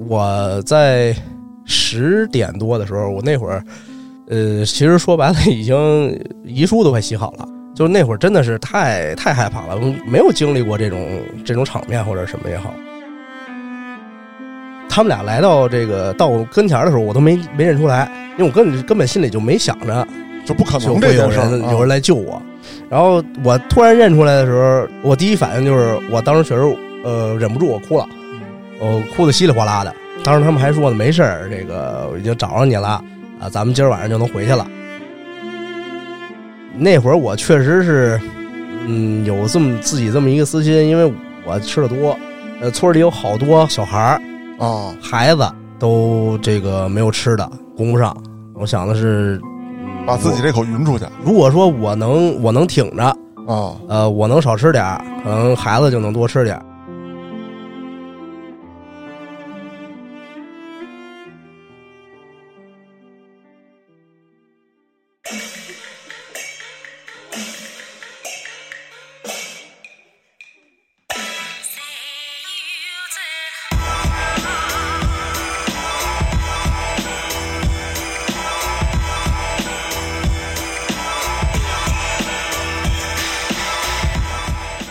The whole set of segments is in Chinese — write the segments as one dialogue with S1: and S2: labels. S1: 我在十点多的时候，我那会儿，呃，其实说白了，已经遗书都快洗好了。就是那会儿真的是太太害怕了，没有经历过这种这种场面或者什么也好。他们俩来到这个到我跟前的时候，我都没没认出来，因为我根根本心里就没想着
S2: 就不可
S1: 就
S2: 能
S1: 会
S2: 这
S1: 有
S2: 件事儿
S1: 人
S2: 啊
S1: 有人来救我。然后我突然认出来的时候，我第一反应就是，我当时确实呃忍不住我哭了，
S2: 嗯
S1: 我哭的稀里哗啦的。当时他们还说呢，没事儿，这个我已经找着你了啊，咱们今儿晚上就能回去了。那会儿我确实是，嗯，有这么自己这么一个私心，因为我吃的多，呃，村里有好多小孩儿，
S2: 啊，
S1: 孩子都这个没有吃的，供不上。我想的是，嗯
S2: 把自己这口匀出去
S1: 如果说我能我能挺着，
S2: 啊。
S1: 呃，我能少吃点儿，可能孩子就能多吃点儿。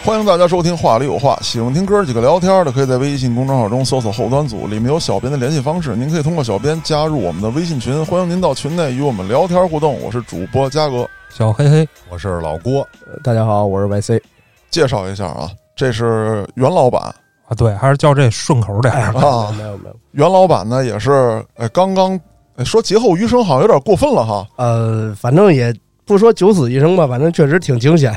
S2: 欢迎大家收听《话里有话》，喜欢听哥几个聊天的，可以在微信公众号中搜索“后端组”，里面有小编的联系方式，您可以通过小编加入我们的微信群，欢迎您到群内与我们聊天互动。我是主播嘉哥，
S3: 小黑黑，
S4: 我是老郭，
S1: 呃大家好，我是 YC。
S2: 介绍一下啊，这是袁老板，
S3: 啊，对，还是叫这顺口点儿。
S2: 哎啊
S1: 没有没有，
S2: 袁老板呢也是，哎，刚刚哎说劫后余生好像有点过分了哈，
S1: 呃，反正也不说九死一生吧，反正确实挺惊险。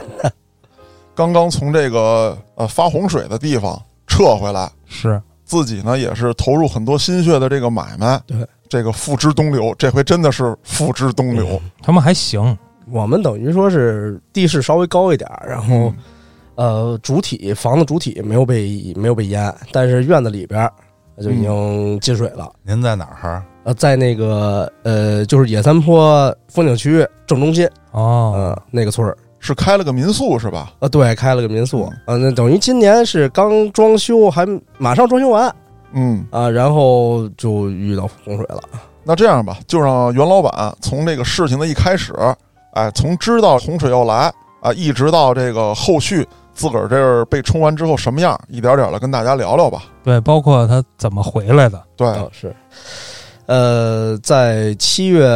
S2: 刚刚从这个呃发洪水的地方撤回来，
S3: 是
S2: 自己呢也是投入很多心血的这个买卖，
S1: 对
S2: 这个付之东流，这回真的是付之东流，
S3: 他们还行，
S1: 我们等于说是地势稍微高一点儿，然后呃，主体房子主体没有被没有被淹，但是院子里边儿就已经进水了。
S4: 您在哪儿？
S1: 呃，在那个呃，就是野三坡风景区正中心，
S3: 哦，
S1: 嗯、那个村儿，
S2: 是开了个民宿是吧？
S1: 呃，对，开了个民宿，呃，那等于今年是刚装修，还马上装修完
S2: 嗯。
S1: 啊，然后就遇到洪水了。
S2: 那这样吧，就让袁老板从这个事情的一开始，哎，从知道洪水要来啊，一直到这个后续自个儿这儿被冲完之后什么样，一点点的跟大家聊聊吧。
S3: 对，包括他怎么回来的，
S2: 对，
S1: 啊，是，呃，在七月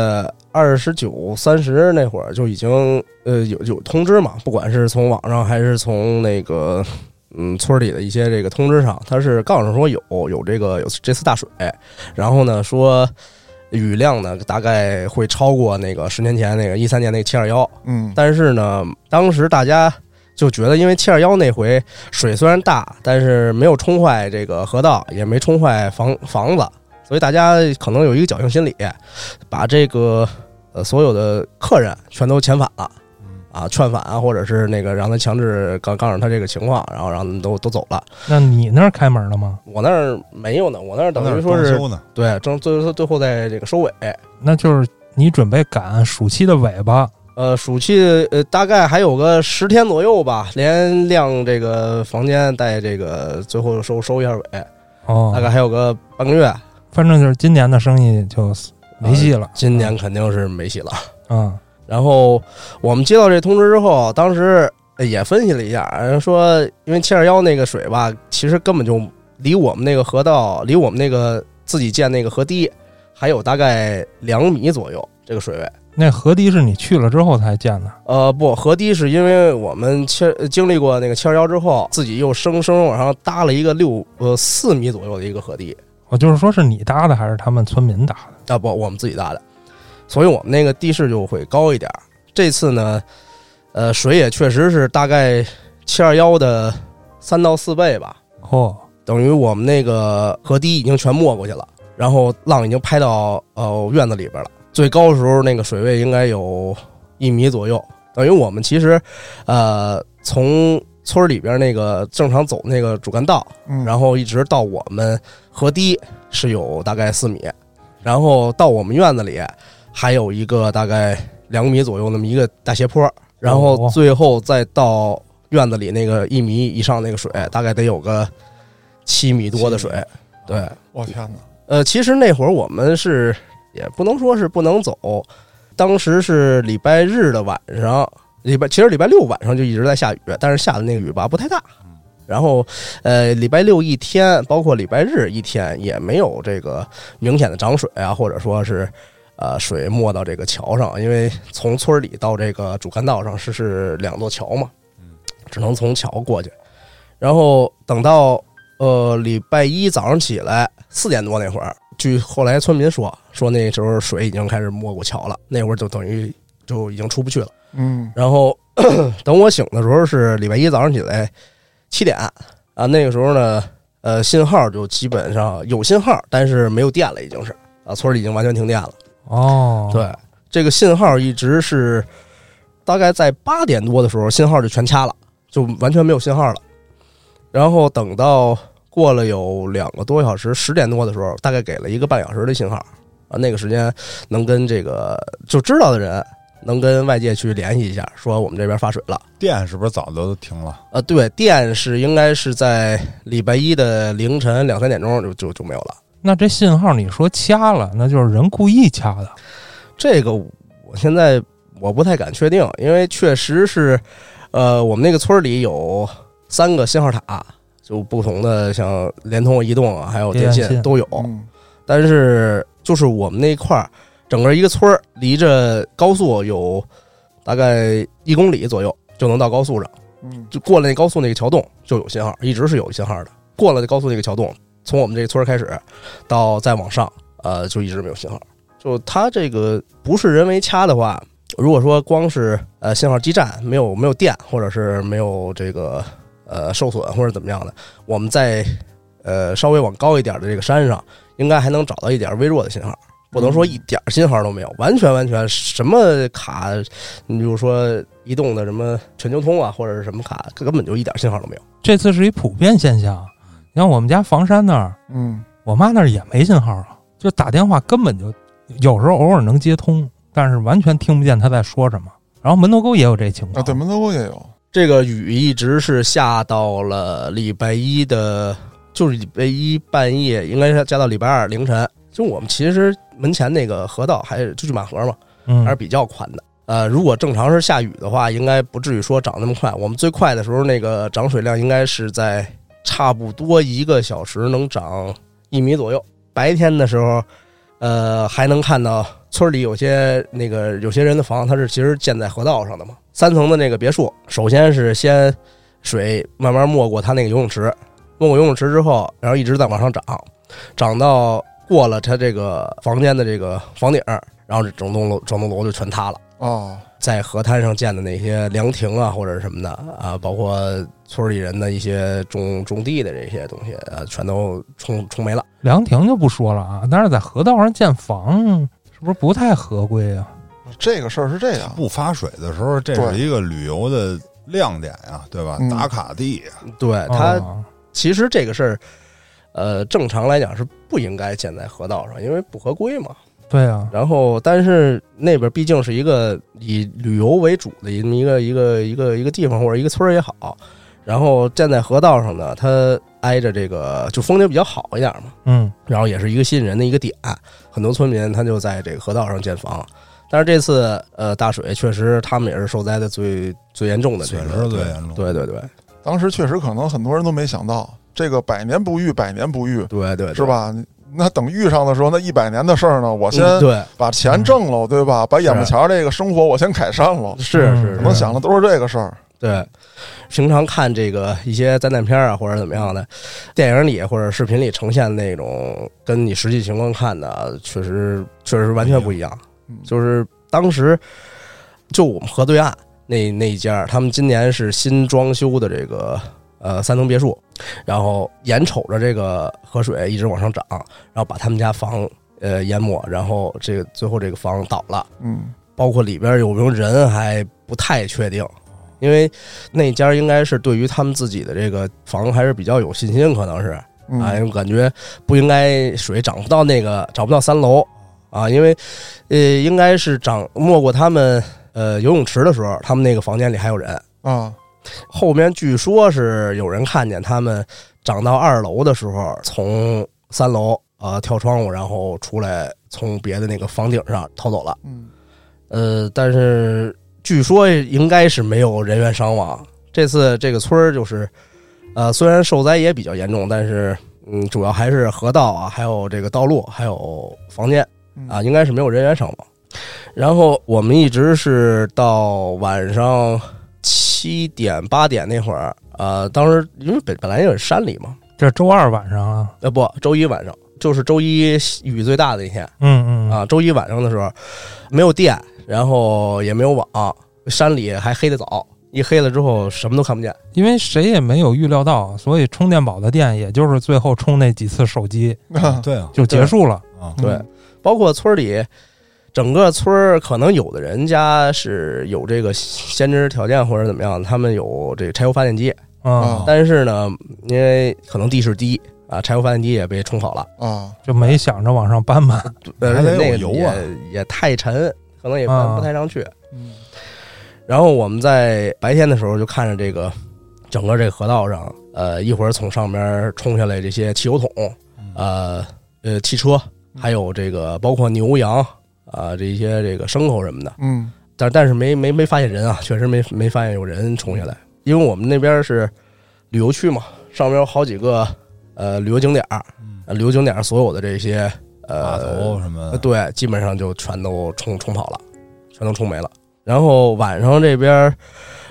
S1: 二十九、三十那会儿就已经呃有有通知嘛，不管是从网上还是从那个嗯村里的一些这个通知上，它是告诉说有有这个有这次大水，然后呢说雨量呢大概会超过那个十年前那个一三年那个七二幺，
S2: 嗯，
S1: 但是呢，当时大家就觉得，因为七二幺那回水虽然大，但是没有冲坏这个河道，也没冲坏房房子，所以大家可能有一个侥幸心理，把这个呃所有的客人全都遣返了。啊，劝返啊，或者是那个让他强制告告诉他这个情况，然后让他们都都走了。
S3: 那你那儿开门了吗？
S1: 我那儿没有呢，我那儿
S4: 在
S1: 等于说是
S4: 装修呢，
S1: 对，正最最最后在这个收尾，
S3: 那就是你准备赶暑期的尾巴，
S1: 呃，暑期呃大概还有个十天左右吧，连晾这个房间带这个最后收收一下尾，
S3: 哦，
S1: 大概还有个半个月。
S3: 反正就是今年的生意就没戏了。
S1: 今年肯定是没戏了。
S3: 嗯，
S1: 然后我们接到这通知之后，当时呃也分析了一下，呃说因为七二幺那个水吧，其实根本就离我们那个河道，离我们那个自己建那个河堤，还有大概两米左右这个水位。
S3: 那河堤是你去了之后才建的，
S1: 呃，不，河堤是因为我们七呃经历过那个七二幺之后，自己又生生往上搭了一个六呃四米左右的一个河堤
S3: 我哦就是说是你搭的还是他们村民搭的？
S1: 啊，不，我们自己搭的，所以我们那个地势就会高一点儿。这次呢，呃，水也确实是大概七二幺的三到四倍吧，
S3: 哦，
S1: 等于我们那个河堤已经全没过去了，然后浪已经拍到呃院子里边了。最高的时候那个水位应该有一米左右，等于我们其实，呃，从村里边那个正常走那个主干道，
S2: 嗯，
S1: 然后一直到我们河堤是有大概四米，然后到我们院子里还有一个大概两米左右那么一个大斜坡，然后
S3: 哦
S1: 最后再到院子里那个一米以上那个水，大概得有个七米多的
S3: 七
S1: 水
S3: 米。
S1: 对，
S2: 我天哪！
S1: 呃，其实那会儿我们是也不能说是不能走，当时是礼拜日的晚上，礼拜其实礼拜六晚上就一直在下雨，但是下的那个雨吧不太大。然后，呃，礼拜六一天，包括礼拜日一天，也没有这个明显的涨水啊，或者说是，呃，水没到这个桥上，因为从村里到这个主干道上是是两座桥嘛，只能从桥过去。然后等到呃礼拜一早上起来四点多那会儿，据后来村民说，说那时候水已经开始没过桥了，那会儿就等于就已经出不去了。
S2: 嗯，
S1: 然后 等我醒的时候是礼拜一早上起来七点啊，那个时候呢，呃，信号就基本上有信号，但是没有电了，已经是啊，村里已经完全停电了。
S3: 哦，，
S1: 对，这个信号一直是大概在八点多的时候，信号就全掐了，就完全没有信号了。然后等到过了有两个多小时，十点多的时候，大概给了一个半小时的信号啊。那个时间能跟这个就知道的人能跟外界去联系一下，说我们这边发水了。
S4: 电是不是早都停了？
S1: 啊，对，电是应该是在礼拜一的凌晨两三点钟就就就没有了。
S3: 那这信号你说掐了，那就是人故意掐的。
S1: 这个我现在我不太敢确定，因为确实是，呃，我们那个村儿里有三个信号塔，就不同的像联通、移动啊，还有电
S3: 电信
S1: 信都有。
S2: 嗯
S1: 但是就是我们那块儿，整个一个村儿离着高速有大概一公里左右就能到高速上，
S2: 嗯，
S1: 就过了那高速那个桥洞就有信号，一直是有信号的。过了那高速那个桥洞，从我们这个村儿开始到再往上，呃，就一直没有信号。就它这个不是人为掐的话，如果说光是呃信号基站没有没有电，或者是没有这个呃受损或者怎么样的，我们在呃稍微往高一点的这个山上，应该还能找到一点微弱的信号。不能说一点信号都没有，完全完全什么卡，你比如说移动的什么全球通啊，或者是什么卡，根本就一点信号都没有。
S3: 这次是一普遍现象。你看我们家房山那儿，
S2: 嗯，
S3: 我妈那儿也没信号啊，就打电话根本就有时候偶尔能接通，但是完全听不见她在说什么。然后门头沟也有这情
S2: 啊，
S3: 况，
S2: 对，门头沟也有，
S1: 这个雨一直是下到了礼拜一的，就是礼拜一半夜，应该是加到礼拜二凌晨。就我们其实门前那个河道还是就去马河嘛，
S3: 嗯，
S1: 还是比较宽的。呃，如果正常是下雨的话，应该不至于说涨那么快。我们最快的时候，那个涨水量应该是在差不多一个小时能涨一米左右。白天的时候，呃，还能看到村里有些那个有些人的房，它是其实建在河道上的嘛。三层的那个别墅，首先是先水慢慢没过它那个游泳池，没过游泳池之后，然后一直在往上涨，涨到过了它这个房间的这个房顶儿，然后这整栋楼整栋楼就全塌了。
S2: 啊，
S1: 在河滩上建的那些凉亭啊，或者什么的啊，包括村里人的一些种种地的这些东西啊，全都冲冲没了。
S3: 凉亭就不说了啊，但是在河道上建房是不是不太合规啊？
S2: 这个事儿是这样，
S4: 不发水的时候，这
S2: 对
S4: 是一个旅游的亮点呀、对吧？
S2: 嗯
S4: 打卡地呀、
S1: 对他，
S3: 哦
S1: 其实这个事儿，呃，正常来讲是不应该建在河道上，因为不合规嘛。
S3: 对啊，
S1: 然后，但是那边毕竟是一个以旅游为主的一一个一个一个一个地方或者一个村儿也好，然后建在河道上呢，它挨着这个就风景比较好一点嘛，
S3: 嗯，
S1: 然后也是一个吸引人的一个点。很多村民他就在这个河道上建房，但是这次呃大水确实他们也是受灾的最最严重的这
S4: 损
S1: 个，
S4: 失最严重。
S1: 对对对
S2: 当时确实可能很多人都没想到，这个百年不遇，百年不遇，
S1: 对对，
S2: 是？吧？那等遇上的时候，那一百年的事儿呢，我先
S1: 嗯、对嗯
S2: 把钱挣了，对吧？把眼巴前儿这个生活我先改善了，
S1: 是
S3: 嗯
S1: 是
S2: 可
S1: 是
S2: 能想的都是这个事儿。
S1: 对，平常看这个一些灾难片啊，或者怎么样的，电影里或者视频里呈现的那种，跟你实际情况看的，确实确实完全不一样。
S2: 嗯
S1: 就是当时就我们河对岸那那一家，他们今年是新装修的这个呃三层别墅，然后眼瞅着这个河水一直往上涨，然后把他们家房呃淹没，然后这个最后这个房倒了。
S2: 嗯，
S1: 包括里边有没有人还不太确定，因为那家应该是对于他们自己的这个房还是比较有信心，可能是
S2: 嗯
S1: 啊，因为感觉不应该水涨不到那个涨不到三楼啊，因为呃应该是涨没过他们呃游泳池的时候，他们那个房间里还有人，
S2: 啊，
S1: 后面据说是有人看见他们长到二楼的时候，从三楼呃跳窗户，然后出来从别的那个房顶上逃走了。
S2: 嗯，
S1: 呃，但是据说应该是没有人员伤亡。这次这个村儿就是，呃，虽然受灾也比较严重，但是嗯，主要还是河道啊，还有这个道路，还有房间
S2: 嗯
S1: 啊，，应该是没有人员伤亡。然后我们一直是到晚上七点八点那会儿，呃，当时因为本本来也是山里嘛，
S3: 这周二晚上啊，
S1: 呃，不，周一晚上就是周一雨最大的一天，
S3: 嗯嗯，
S1: 啊，周一晚上的时候没有电，然后也没有网，山里还黑得早，一黑了之后什么都看不见。
S3: 因为谁也没有预料到，所以充电宝的电也就是最后充那几次手机
S2: 嗯
S4: 对啊
S3: 就结束了。
S4: 啊，
S1: 对，包括村里，整个村儿可能有的人家是有这个先知条件或者怎么样，他们有这个柴油发电机，
S4: 哦
S3: 嗯
S2: 啊，
S1: 但是呢，因为可能地势低啊，柴油发电机也被冲跑了，
S2: 啊，
S3: 就没想着往上搬吧。
S1: 而
S4: 还
S1: 且
S4: 得
S1: 那个
S4: 有油啊啊
S1: 也也太沉，可能也搬不太上去。
S2: 嗯
S1: 然后我们在白天的时候就看着这个整个这个河道上，呃，一会儿从上面冲下来这些汽油桶，
S4: 嗯
S1: 呃呃汽车，还有这个包括牛羊啊、这些这个牲口什么的，
S2: 嗯
S1: 但但是没没没发现人啊，确实没没发现有人冲下来，因为我们那边是旅游区嘛，上面有好几个呃旅游景点儿，
S4: 嗯
S1: 呃旅游景点儿所有的这些
S4: 码
S1: 呃
S4: 头什么
S1: 呃，，对，基本上就全都冲冲跑了，全都冲没了。然后晚上这边儿，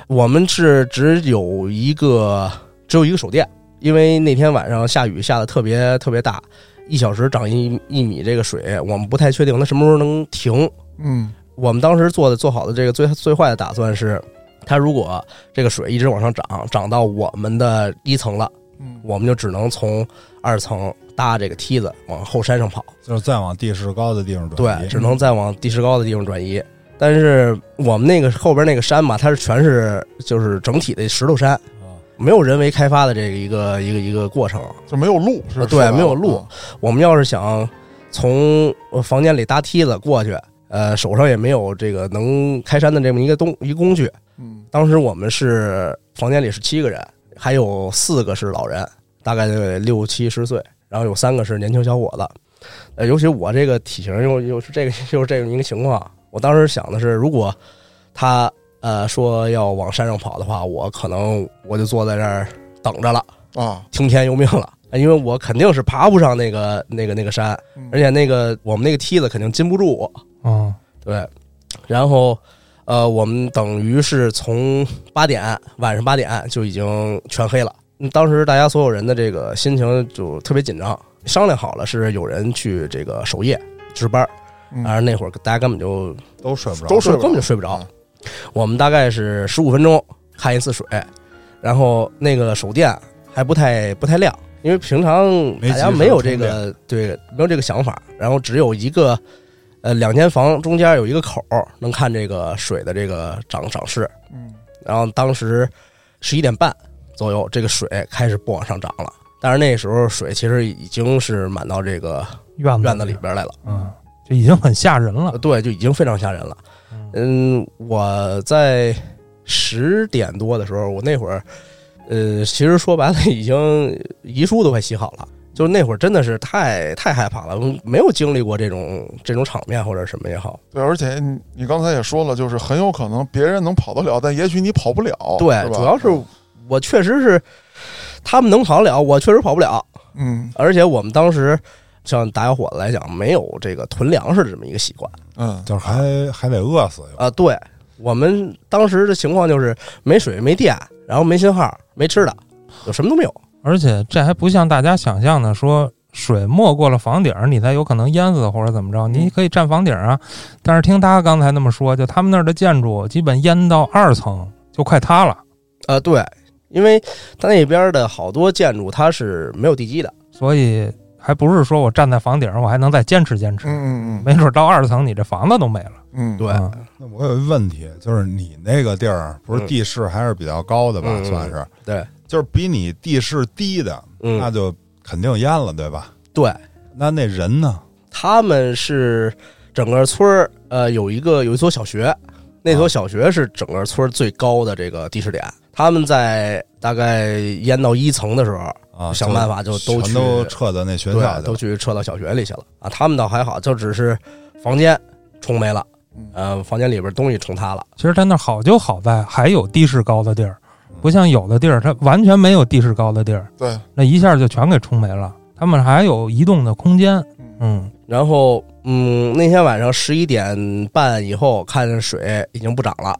S1: 我们是只有一个只有一个手电，因为那天晚上下雨下的特别特别大，一小时涨一一米这个水，我们不太确定它什么时候能停。
S2: 嗯
S1: 我们当时做的做好的这个最最坏的打算是，它如果这个水一直往上涨，涨到我们的一层了，
S2: 嗯，
S1: 我们就只能从二层搭这个梯子往后山上跑。
S4: 就是再往地势高的地方转移
S1: 对，只能再往地势高的地方转移。但是我们那个后边那个山吧，它是全是就是整体的石头山，
S4: 啊
S1: 没有人为开发的这个一个一个一个过程。
S2: 就没有路是吧？
S1: 对没有路
S2: 啊，
S1: 我们要是想从呃房间里搭梯子过去，呃，手上也没有这个能开山的这么一个东一工具。
S2: 嗯
S1: 当时我们是房间里是七个人，还有四个是老人，大概得六七十岁，然后有三个是年轻小伙子。呃，尤其我这个体型又又是这个又是这么一个情况，我当时想的是，如果他呃说要往山上跑的话，我可能我就坐在这儿等着了，
S2: 啊，
S1: 听天由命了。呃因为我肯定是爬不上那个那个那个山，
S2: 嗯
S1: 而且那个我们那个梯子肯定禁不住我，
S3: 嗯，
S1: 对，然后呃，我们等于是从八点晚上八点就已经全黑了。嗯当时大家所有人的这个心情就特别紧张，商量好了是有人去这个守夜值班儿，
S2: 嗯
S1: 但是那会儿大家根本就
S4: 都睡不着，
S2: 都睡不着
S1: 根本就睡不着
S2: 啊。
S1: 我们大概是十五分钟看一次水，然后那个手电还不太不太亮，因为平常大
S4: 没及
S1: 家
S4: 时
S1: 没有这
S4: 充
S1: 个对没有这个想法，然后只有一个呃两间房中间有一个口儿能看这个水的这个涨涨势，
S2: 嗯
S1: 然后当时十一点半左右，这个水开始不往上涨了。但是那时候水其实已经是满到这个
S3: 院子
S1: 院子里，边来了，
S3: 嗯，就已经很吓人了
S1: 呃。对，就已经非常吓人了。
S3: 嗯
S1: 嗯，我在十点多的时候，我那会儿，呃，其实说白了，已经遗书都快洗好了。就那会儿真的是太太害怕了，没有经历过这种这种场面或者什么也好。
S2: 对，而且你你刚才也说了，就是很有可能别人能跑得了，但也许你跑不了，
S1: 对，
S2: 哦吧嗯
S1: 主要是我确实是他们能跑得了，我确实跑不了。
S2: 嗯
S1: 而且我们当时像打小伙子来讲，没有这个囤粮食的这么一个习惯
S2: 嗯
S4: 就是还还得饿死，
S1: 啊、对我们当时的情况就是没水、没电，然后没信号、没吃的，就什么都没有。
S3: 而且这还不像大家想象的说。水没过了房顶儿，你才有可能淹死或者怎么着，
S2: 嗯
S3: 你可以站房顶儿啊。但是听他刚才那么说，就他们那儿的建筑基本淹到二层就快塌了，
S1: 呃，对，因为它那边的好多建筑它是没有地基的，
S3: 所以还不是说我站在房顶儿，我还能再坚持坚持，
S2: 嗯嗯嗯
S3: 没准到二层你这房子都没了。
S2: 嗯，
S1: 对
S3: 嗯
S4: 那我有一问题，就是你那个地儿不是
S1: 嗯
S4: 地势还是比较高的吧？
S1: 嗯嗯
S4: 算是，
S1: 对，
S4: 就是比你地势低的，啊那
S1: 嗯，
S4: 就肯定淹了，对吧？
S1: 对，
S4: 那那人呢？
S1: 他们是整个村儿呃有一个有一所小学，那
S4: 啊
S1: 所小学是整个村儿最高的这个地势点。他们在大概淹到一层的时候，
S4: 啊，
S1: 想办法就都
S4: 全
S1: 去
S4: 都撤到那学校去了
S1: 对，都去撤到小学里去了啊。他们倒还好，就只是房间冲没了
S2: 嗯，
S1: 呃，房间里边东西冲塌了。
S3: 其实它那儿好就好在还有地势高的地儿，不像有的地儿它完全没有地势高的地儿，
S2: 对，
S3: 那一下就全给冲没了。他们还有移动的空间，
S2: 嗯
S3: 嗯，
S1: 然后，嗯，那天晚上十一点半以后，看水已经不涨了，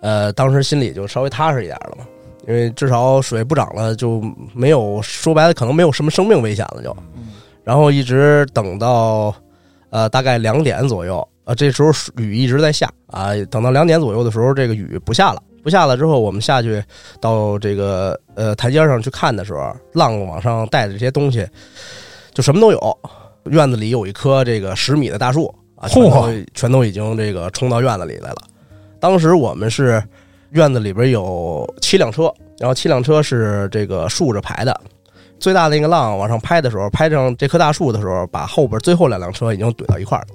S1: 呃，当时心里就稍微踏实一点了嘛，因为至少水不涨了，就没有说白了，可能没有什么生命危险了就。
S2: 嗯
S1: 然后一直等到呃大概两点左右，呃这时候水雨一直在下啊、等到两点左右的时候，这个雨不下了，不下了之后，我们下去到这个呃台阶上去看的时候，浪往上带的这些东西就什么都有，院子里有一棵这个十米的大树啊，全都
S3: 嚯
S1: 全都已经这个冲到院子里来了。当时我们是院子里边有七辆车，然后七辆车是这个竖着排的，最大的那个浪往上拍的时候，拍上这棵大树的时候，把后边最后两辆车已经怼到一块儿了。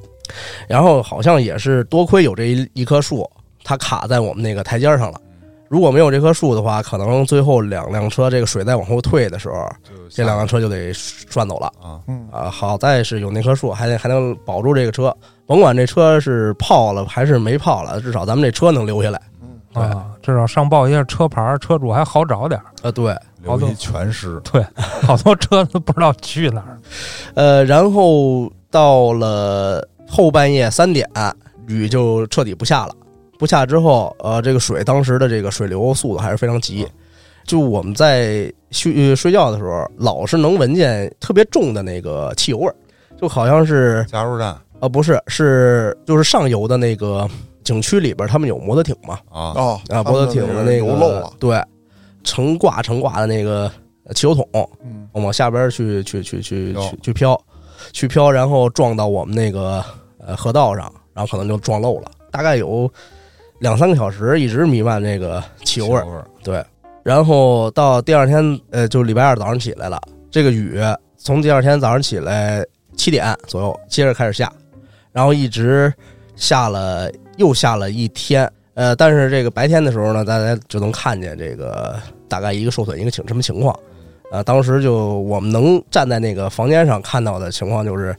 S1: 然后好像也是多亏有这一一棵树，它卡在我们那个台阶上了。如果没有这棵树的话，可能最后两辆车这个水再往后退的时候，
S4: 就
S1: 这两辆车就得转走了。
S4: 啊，
S2: 嗯
S1: 啊，好在是有那棵树，还得还能保住这个车，甭管这车是泡了还是没泡了，至少咱们这车能留下来。
S2: 嗯，
S1: 对
S3: 啊，至少上报一下车牌儿，车主还好找点儿。
S1: 啊，对，
S4: 留一全尸，
S3: 对，好多车都不知道去哪儿。
S1: 呃，然后到了后半夜三点，雨就彻底不下了。不下之后，呃，这个水当时的这个水流速度还是非常急。就我们在睡呃睡觉的时候，老是能闻见特别重的那个汽油味儿，就好像是
S4: 加油站
S1: 呃不是是就是上游的那个景区里边，他们有摩托艇嘛，
S4: 啊，
S2: 哦，
S1: 啊，摩托艇的那
S2: 油
S1: 个
S2: 漏了，
S1: 对，成挂成挂的那个汽油桶，
S2: 嗯，
S1: 往下边儿去去去去
S4: 飘
S1: 去去飘，去飘，然后撞到我们那个呃河道上，然后可能就撞漏了，大概有两三个小时一直弥漫这个汽油味儿，
S4: 儿，
S1: 对，然后到第二天呃就礼拜二早上起来了，这个雨从第二天早上起来七点左右接着开始下，然后一直下了又下了一天。呃，但是这个白天的时候呢，大家就能看见这个大概一个受损一个情什么情况。呃，当时就我们能站在那个房间上看到的情况就是，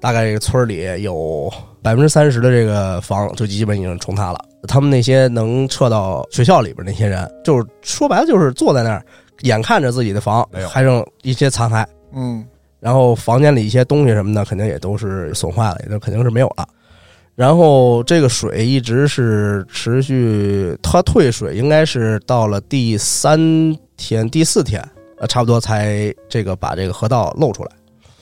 S1: 大概这个村儿里有百分之三十的这个房就基本已经冲塌了。他们那些能撤到学校里边那些人，就是说白了就是坐在那儿，眼看着自己的房
S4: 没有
S1: 还剩一些残骸，
S2: 嗯，
S1: 然后房间里一些东西什么的，肯定也都是损坏了，也都肯定是没有了。然后这个水一直是持续，它退水应该是到了第三天、第四天，呃，差不多才这个把这个河道露出来。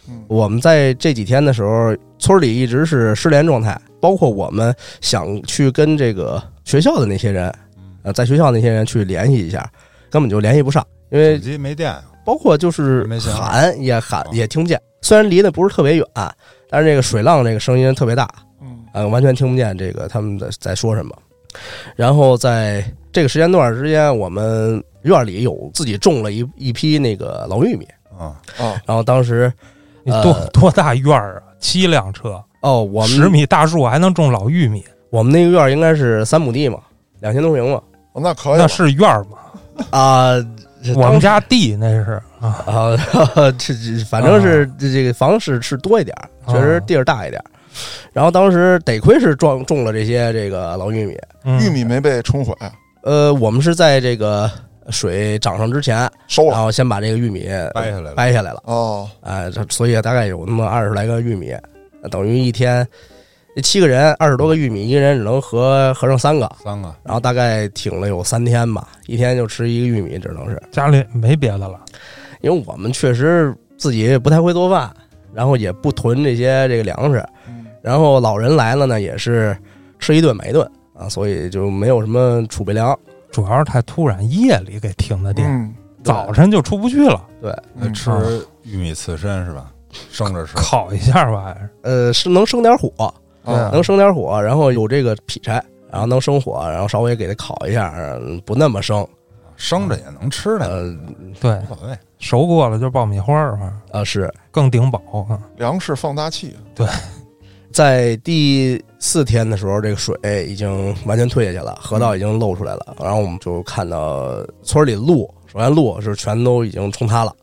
S2: 嗯
S1: 我们在这几天的时候，村里一直是失联状态，包括我们想去跟这个学校的那些人，呃，在学校那些人去联系一下，根本就联系不上，因为
S4: 手机没电，
S1: 包括就是
S4: 没信号
S1: 喊也喊
S4: 啊
S1: 也听不见，虽然离得不是特别远，但是这个水浪这个声音特别大，
S2: 嗯
S1: 呃，完全听不见这个他们在在说什么。然后在这个时间段之间，我们院里有自己种了一一批那个老玉米，
S4: 啊，
S2: 啊，
S1: 然后当时
S3: 你
S1: 呃
S3: 多、多大院儿啊？七辆车，
S1: 哦，我
S3: 十
S1: 们
S3: 米大树还能种老玉米，
S1: 我们那个院儿应该是三亩地嘛，两千多平嘛，
S2: 哦那可以
S3: 那
S2: 了，
S3: 是院儿吗？
S1: 啊、这
S3: 我
S1: 哎当
S3: 们
S1: 时
S3: 家地那是啊，
S1: 啊，这这反正是这这个房是是多一点儿，
S3: 啊
S1: 确实地儿大一点儿。然后当时得亏是种种了这些这个老玉米，
S3: 嗯
S2: 玉米没被冲毁，
S1: 呃，我们是在这个水涨上之前，
S2: 收
S1: 然
S2: 了，
S1: 后先把这个玉米
S4: 掰下来了，
S1: 掰下来了，
S2: 哦，
S1: 哎，这所以大概有那么二十来个玉米，等于一天七个人二十多个玉米，一个人只能合合上三个，
S4: 三个
S1: 然后大概挺了有三天吧，一天就吃一个玉米，只能是。
S3: 家里没别的了，
S1: 因为我们确实自己也不太会做饭，然后也不囤这些这个粮食，
S2: 嗯
S1: 然后老人来了呢，也是吃一顿买一顿啊，所以就没有什么储备粮。
S3: 主要是太突然，夜里给停的电，
S2: 嗯
S3: 早晨就出不去了，
S4: 那
S2: 嗯
S4: 吃玉米刺身是吧？生着 吃，
S3: 烤一下吧，
S1: 呃，是能生点火，
S2: 啊
S1: 能生点火，然后有这个劈柴，然后能生火，然后稍微给它烤一下，嗯不那么生。
S4: 生着也能吃的，
S1: 呃
S3: 对
S4: 无，所谓。
S3: 熟
S1: 呃
S3: 过了就爆米花儿，反正
S1: 啊是，
S3: 更顶饱啊。
S2: 粮食放大器，
S1: 在第四天的时候，这个水已经完全退下去了，河道已经露出来了。然后我们就看到村里路，首先路是全都已经冲塌了，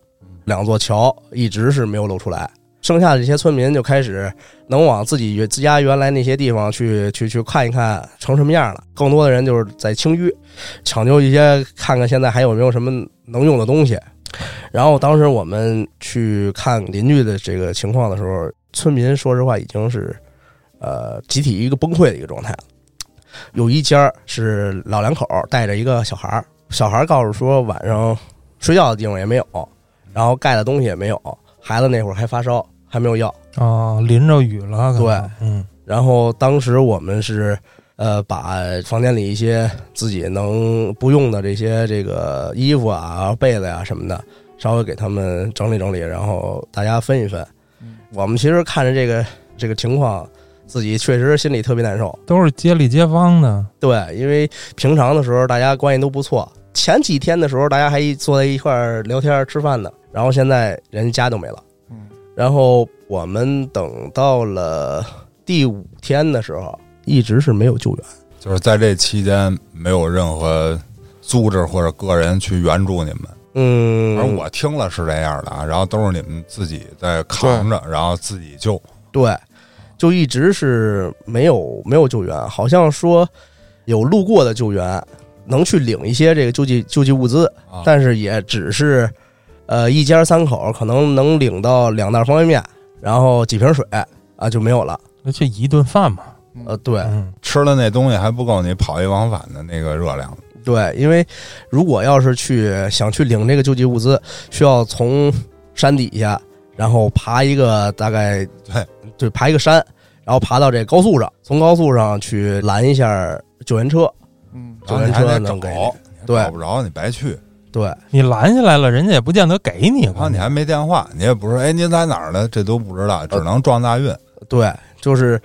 S1: 两座桥一直是没有露出来。剩下的这些村民就开始能往自己原自家原来那些地方去去去看一看成什么样了。更多的人就是在清淤，抢救一些看看现在还有没有什么能用的东西。然后当时我们去看邻居的这个情况的时候，村民说实话已经是呃集体一个崩溃的一个状态了。有一家是老两口带着一个小孩儿，小孩儿告诉说晚上睡觉的地方也没有，然后盖的东西也没有，孩子那会儿还发烧，还没有药。
S3: 哦，淋着雨了，可能
S1: 对，
S3: 嗯，
S1: 然后当时我们是呃，把房间里一些自己能不用的这些这个衣服啊、被子呀、什么的，稍微给他们整理整理，然后大家分一分。我们其实看着这个这个情况，自己确实心里特别难受。
S3: 都是街里街坊的，
S1: 对，因为平常的时候大家关系都不错，前几天的时候大家还一坐在一块儿聊天儿吃饭呢，然后现在人家都没了。
S2: 嗯，
S1: 然后我们等到了第五天的时候，一直是没有救援。
S4: 就是在这期间没有任何组织或者个人去援助你们。
S1: 嗯，
S4: 而我听了是这样的啊，然后都是你们自己在扛着，然后自己救。
S1: 对，就一直是没有没有救援，好像说有路过的救援能去领一些这个救济救济物资，
S4: 啊
S1: 但是也只是呃一家三口可能能领到两袋方便面，然后几瓶水啊就没有了。
S3: 那就一顿饭嘛，
S1: 呃，对
S3: 嗯，
S4: 吃了那东西还不够你跑一往返的那个热量，
S1: 对，因为如果要是去想去领这个救济物资，需要从山底下，然后爬一个大概
S4: 对
S1: 对爬一个山，然后爬到这高速上，从高速上去拦一下救援车。
S2: 嗯，
S4: 然后你还得
S1: 救援车
S4: 找，
S1: 能给
S4: 你还
S1: 对
S4: 找不着你白去。
S1: 对，
S3: 你拦下来了，人家也不见得给你
S4: 然后
S3: 吧，
S4: 啊你还没电话，
S1: 嗯
S4: 你也不是哎您在哪儿呢？这都不知
S1: 呃
S4: 道，只能撞大运。
S1: 对，就是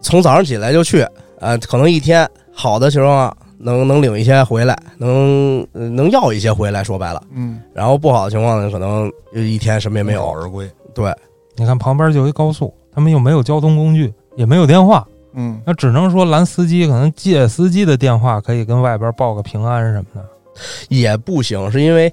S1: 从早上起来就去，呃，可能一天好的情况下能能领一些回来，能呃能要一些回来，说白了，
S2: 嗯，
S1: 然后不好的情况呢，可能一天什么也没
S4: 空手
S1: 有。
S4: 而归。
S1: 对，
S3: 你看旁边就一高速，他们又没有交通工具，也没有电话，
S2: 嗯，
S3: 那只能说拦司机，可能借司机的电话可以跟外边报个平安什么的。
S1: 也不行，是因为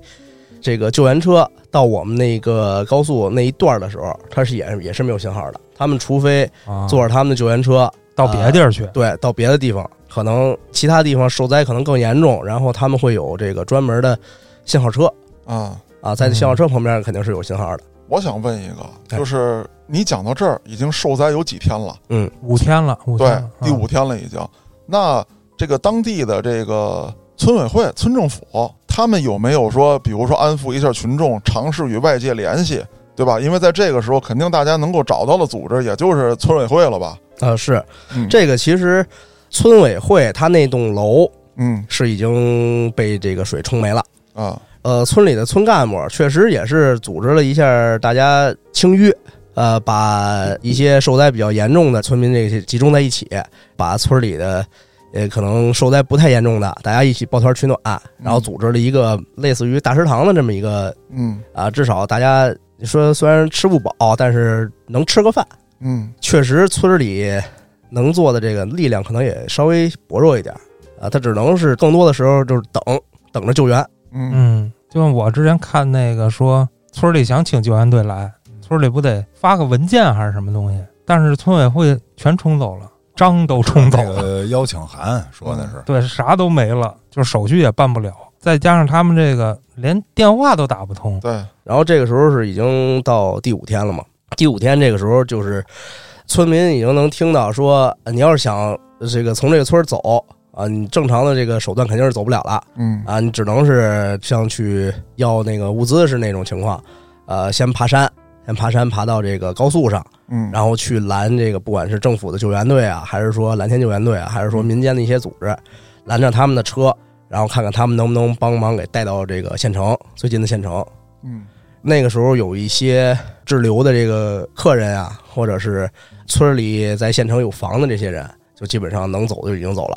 S1: 这个救援车到我们那个高速那一段儿的时候，它是也也是没有信号的。他们除非
S3: 啊，
S1: 坐着他们的救援车，
S3: 到别地儿去，
S1: 对，到别的地方，可能其他地方受灾可能更严重，然后他们会有这个专门的信号车
S2: 啊，
S1: 啊，在信号车旁边肯定是有信号的。
S2: 我想问一个，
S1: 哎
S2: 就是你讲到这儿，已经受灾有几天了？
S3: 五天了，五天
S2: 对
S3: 了，，
S2: 第
S3: 啊
S2: 五天了已经。那这个当地的这个村委会、村政府，他们有没有说，比如说安抚一下群众，尝试与外界联系，对吧？因为在这个时候，肯定大家能够找到的组织，也就是村委会了吧？
S1: 呃，是
S2: 嗯
S1: 这个，其实村委会它那栋楼
S2: 嗯
S1: 是已经被这个水冲没了。
S2: 啊，
S1: 呃，村里的村干部确实也是组织了一下大家清淤，呃，把一些受灾比较严重的村民这些集中在一起，把村里的呃可能受灾不太严重的，大家一起抱团取暖，然后组织了一个类似于大食堂的这么一个
S2: 嗯
S1: 啊、至少大家说虽然吃不饱，但是能吃个饭。
S2: 嗯
S1: 确实村里能做的这个力量可能也稍微薄弱一点啊，他只能是更多的时候就是等等着救援。
S2: 嗯
S3: 嗯，就像我之前看那个说，村里想请救援队来，村里不得发个文件还是什么东西？但是村委会全冲走了，章都
S1: 嗯
S3: 冲走
S4: 那
S3: 了，
S4: 个邀请函说的是，
S3: 对，啥都没了，就是手续也办不了，再加上他们这个连电话都打不通，
S2: 对，
S1: 然后这个时候是已经到第五天了嘛？第五天这个时候就是村民已经能听到说，呃你要是想这个从这个村儿走啊，你正常的这个手段肯定是走不了了
S2: 嗯
S1: 啊，你只能是像去要那个物资是那种情况，呃，先爬山，先爬山爬到这个高速上，
S2: 嗯，
S1: 然后去拦这个不管是政府的救援队啊，还是说蓝天救援队啊，还是说民间的一些组织，拦着他们的车，然后看看他们能不能帮忙给带到这个县城最近的县城。
S2: 嗯
S1: 那个时候有一些滞留的这个客人啊，或者是村里在县城有房的这些人，就基本上能走就已经走了。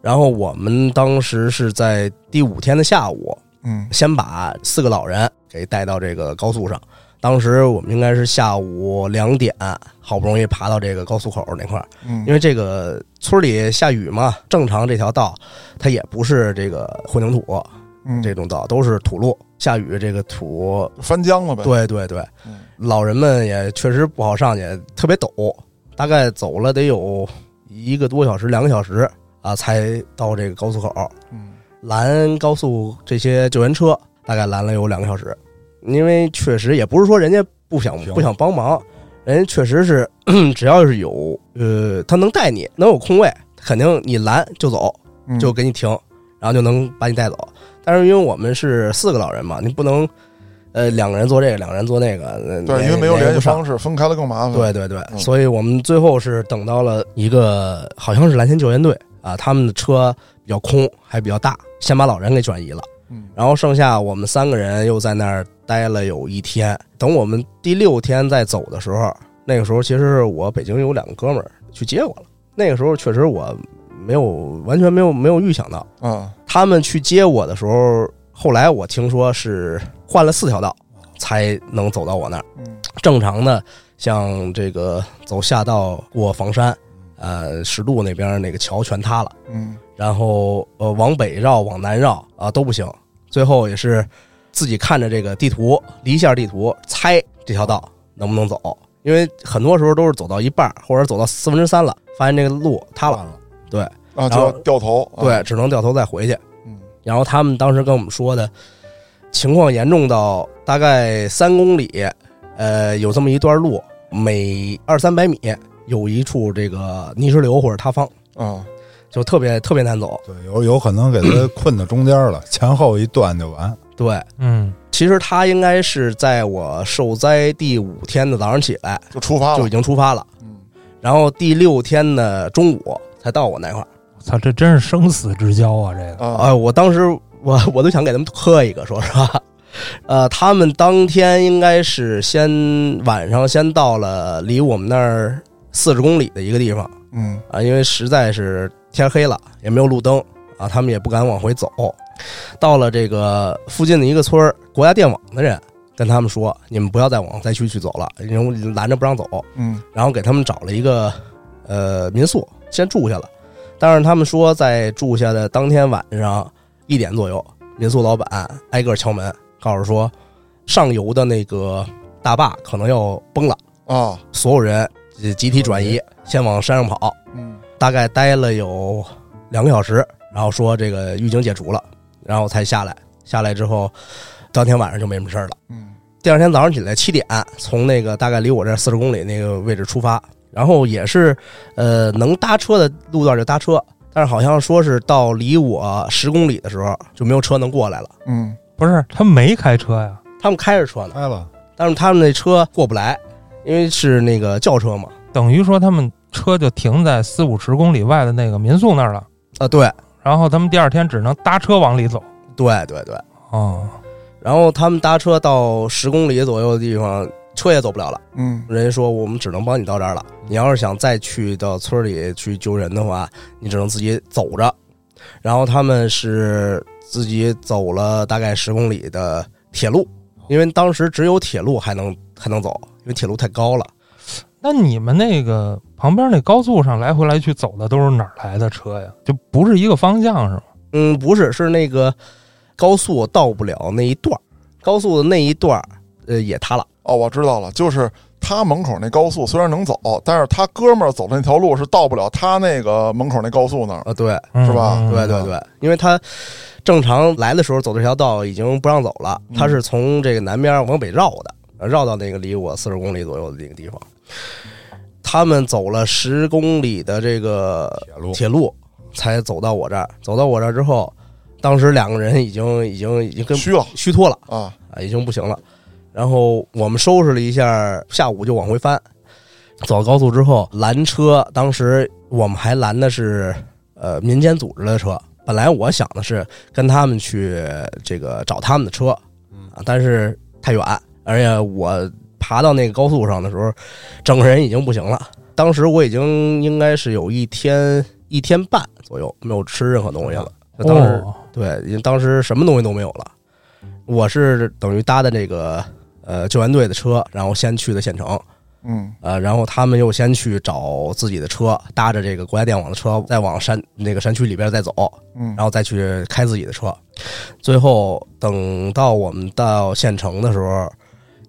S1: 然后我们当时是在第五天的下午，
S2: 嗯
S1: 先把四个老人给带到这个高速上，当时我们应该是下午两点，好不容易爬到这个高速口那块儿，
S2: 嗯
S1: 因为这个村里下雨嘛，正常这条道它也不是这个混凝土
S2: 嗯，
S1: 这种道，都是土路。下雨这个土，
S2: 翻江了呗。，
S1: 对对对，
S2: 嗯、
S1: 老人们也确实不好上去，特别陡，大概走了得有一个多小时、两个小时啊，才到这个高速口。
S2: 嗯，
S1: 拦高速这些救援车，大概拦了有两个小时，因为确实也不是说人家不想
S4: 行
S1: 不想帮忙，人家确实是 只要是有呃，他能带你，能有空位，肯定你拦就走，
S2: 嗯
S1: 就给你停，然后就能把你带走。但是因为我们是四个老人嘛，你不能呃两个人做这个，两个人做那个，呃
S2: 对，
S1: 哪
S2: 因为没有
S1: 哪个
S2: 联系
S1: 不上
S2: 方式，分开了更麻烦。
S1: 对，对对，
S2: 嗯
S1: 所以我们最后是等到了一个好像是蓝天救援队啊，他们的车比较空，还比较大，先把老人给转移了，
S2: 嗯，
S1: 然后剩下我们三个人又在那儿待了有一天。等我们第六天再走的时候，那个时候其实是我北京有两个哥们儿去接我了，那个时候确实我没有完全没有没有预想到，
S2: 啊，
S1: 他们去接我的时候，后来我听说是换了四条道才能走到我那儿。
S2: 嗯
S1: 正常的，像这个走下道过房山，呃，十渡那边那个桥全塌了，
S2: 嗯，
S1: 然后呃往北绕、往南绕啊、都不行，最后也是自己看着这个地图，离线地图猜这条道能不能走，因为很多时候都是走到一半儿或者走到四分之三了，发现这个路塌了，对
S2: 啊，
S1: 然
S2: 就
S1: 后
S2: 要掉头。啊
S1: 对，，只能掉头再回去。
S2: 嗯
S1: 然后他们当时跟我们说的情况严重到大概三公里，呃，有这么一段路，每二三百米有一处这个泥石流或者塌方，
S2: 啊，
S1: 就特别特别难走。
S4: 对，有有可能给他困到中间 了，前后一断就完。
S1: 对，
S3: 嗯，
S1: 其实他应该是在我受灾第五天的早上起来
S2: 就出发
S1: 就
S2: 了
S1: 已。经出发了，
S2: 嗯，
S1: 然后第六天的中午才到我那块儿。
S3: 我操，这真是生死之交啊！这个，
S1: 哎、
S2: 啊，
S1: 我当时我我都想给他们磕一个，说实话。呃，他们当天应该是先晚上先到了离我们那儿四十公里的一个地方
S2: 嗯
S1: 啊，因为实在是天黑了，也没有路灯啊，他们也不敢往回走。到了这个附近的一个村儿，国家电网的人跟他们说：“你们不要再往灾区去走了，因为拦着不让走。”
S2: 嗯
S1: 然后给他们找了一个呃民宿，先住下了。但是他们说，在住下的当天晚上一点左右，民宿老板挨个敲门，告诉说上游的那个大坝可能要崩了，
S2: 啊，
S1: 所有人呃集体转移，先往山上跑。
S2: 嗯
S1: 大概待了有两个小时，然后说这个预警解除了，然后才下来。下来之后，当天晚上就没什么事儿了。
S2: 嗯
S1: 第二天早上起来七点，从那个大概离我这四十公里那个位置出发，然后也是，呃，能搭车的路段就搭车，但是好像说是到离我十公里的时候就没有车能过来了，
S2: 嗯，
S3: 不是他没开车呀，
S1: 他们开着车呢，
S4: 开了，
S1: 但是他们那车过不来，因为是那个轿车嘛，
S3: 等于说他们车就停在四五十公里外的那个民宿那儿了，
S1: 啊、对
S3: 然后他们第二天只能搭车往里走。
S1: 对对对，
S3: 哦，
S1: 然后他们搭车到十公里左右的地方，车也走不了了。
S2: 嗯
S1: 人家说我们只能帮你到这儿了。你要是想再去到村里去救人的话，你只能自己走着。然后他们是自己走了大概十公里的铁路，因为当时只有铁路还能还能走，因为铁路太高了。
S3: 那你们那个旁边那高速上来回来去走的都是哪儿来的车呀？就不是一个方向是吗？
S1: 嗯，不是，是那个高速到不了那一段儿，高速的那一段儿呃也塌了。
S2: 哦，我知道了，就是他门口那高速虽然能走，但是他哥们儿走的那条路是到不了他那个门口那高速那儿。
S1: 啊，对，
S3: 嗯
S2: 是吧
S3: 嗯
S1: 对对对，因为他正常来的时候走这条道已经不让走了，
S2: 嗯
S1: 他是从这个南边往北绕的，呃绕到那个离我四十公里左右的那个地方。他们走了十公里的这个
S4: 铁路
S1: 铁路，才走到我这儿。走到我这儿之后，当时两个人已经已经已经跟
S2: 虚了
S1: 虚脱了
S2: 啊，
S1: 啊，已经不行了。然后我们收拾了一下，下午就往回翻。走到高速之后拦车，当时我们还拦的是呃民间组织的车。本来我想的是跟他们去这个找他们的车，啊，但是太远，而且我爬到那个高速上的时候，整个人已经不行了。当时我已经应该是有一天一天半左右没有吃任何东西了，就当时
S3: 哦
S1: 对，因为当时什么东西都没有了。我是等于搭的这个呃救援队的车，然后先去的县城，
S2: 嗯
S1: 呃，然后他们又先去找自己的车，搭着这个国家电网的车，再往山那个山区里边再走，
S2: 嗯，
S1: 然后再去开自己的车。最后等到我们到县城的时候，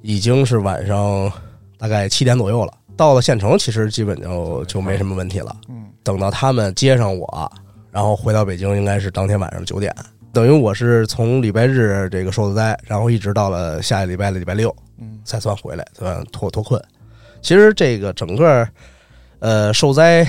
S1: 已经是晚上大概七点左右了。到了县城，其实基本就就没什么问题了。
S2: 嗯
S1: 等到他们接上我，然后回到北京，应该是当天晚上九点。等于我是从礼拜日这个受的灾，然后一直到了下个礼拜的礼拜六
S2: 嗯
S1: 才算回来，算脱脱困。其实这个整个，呃，受灾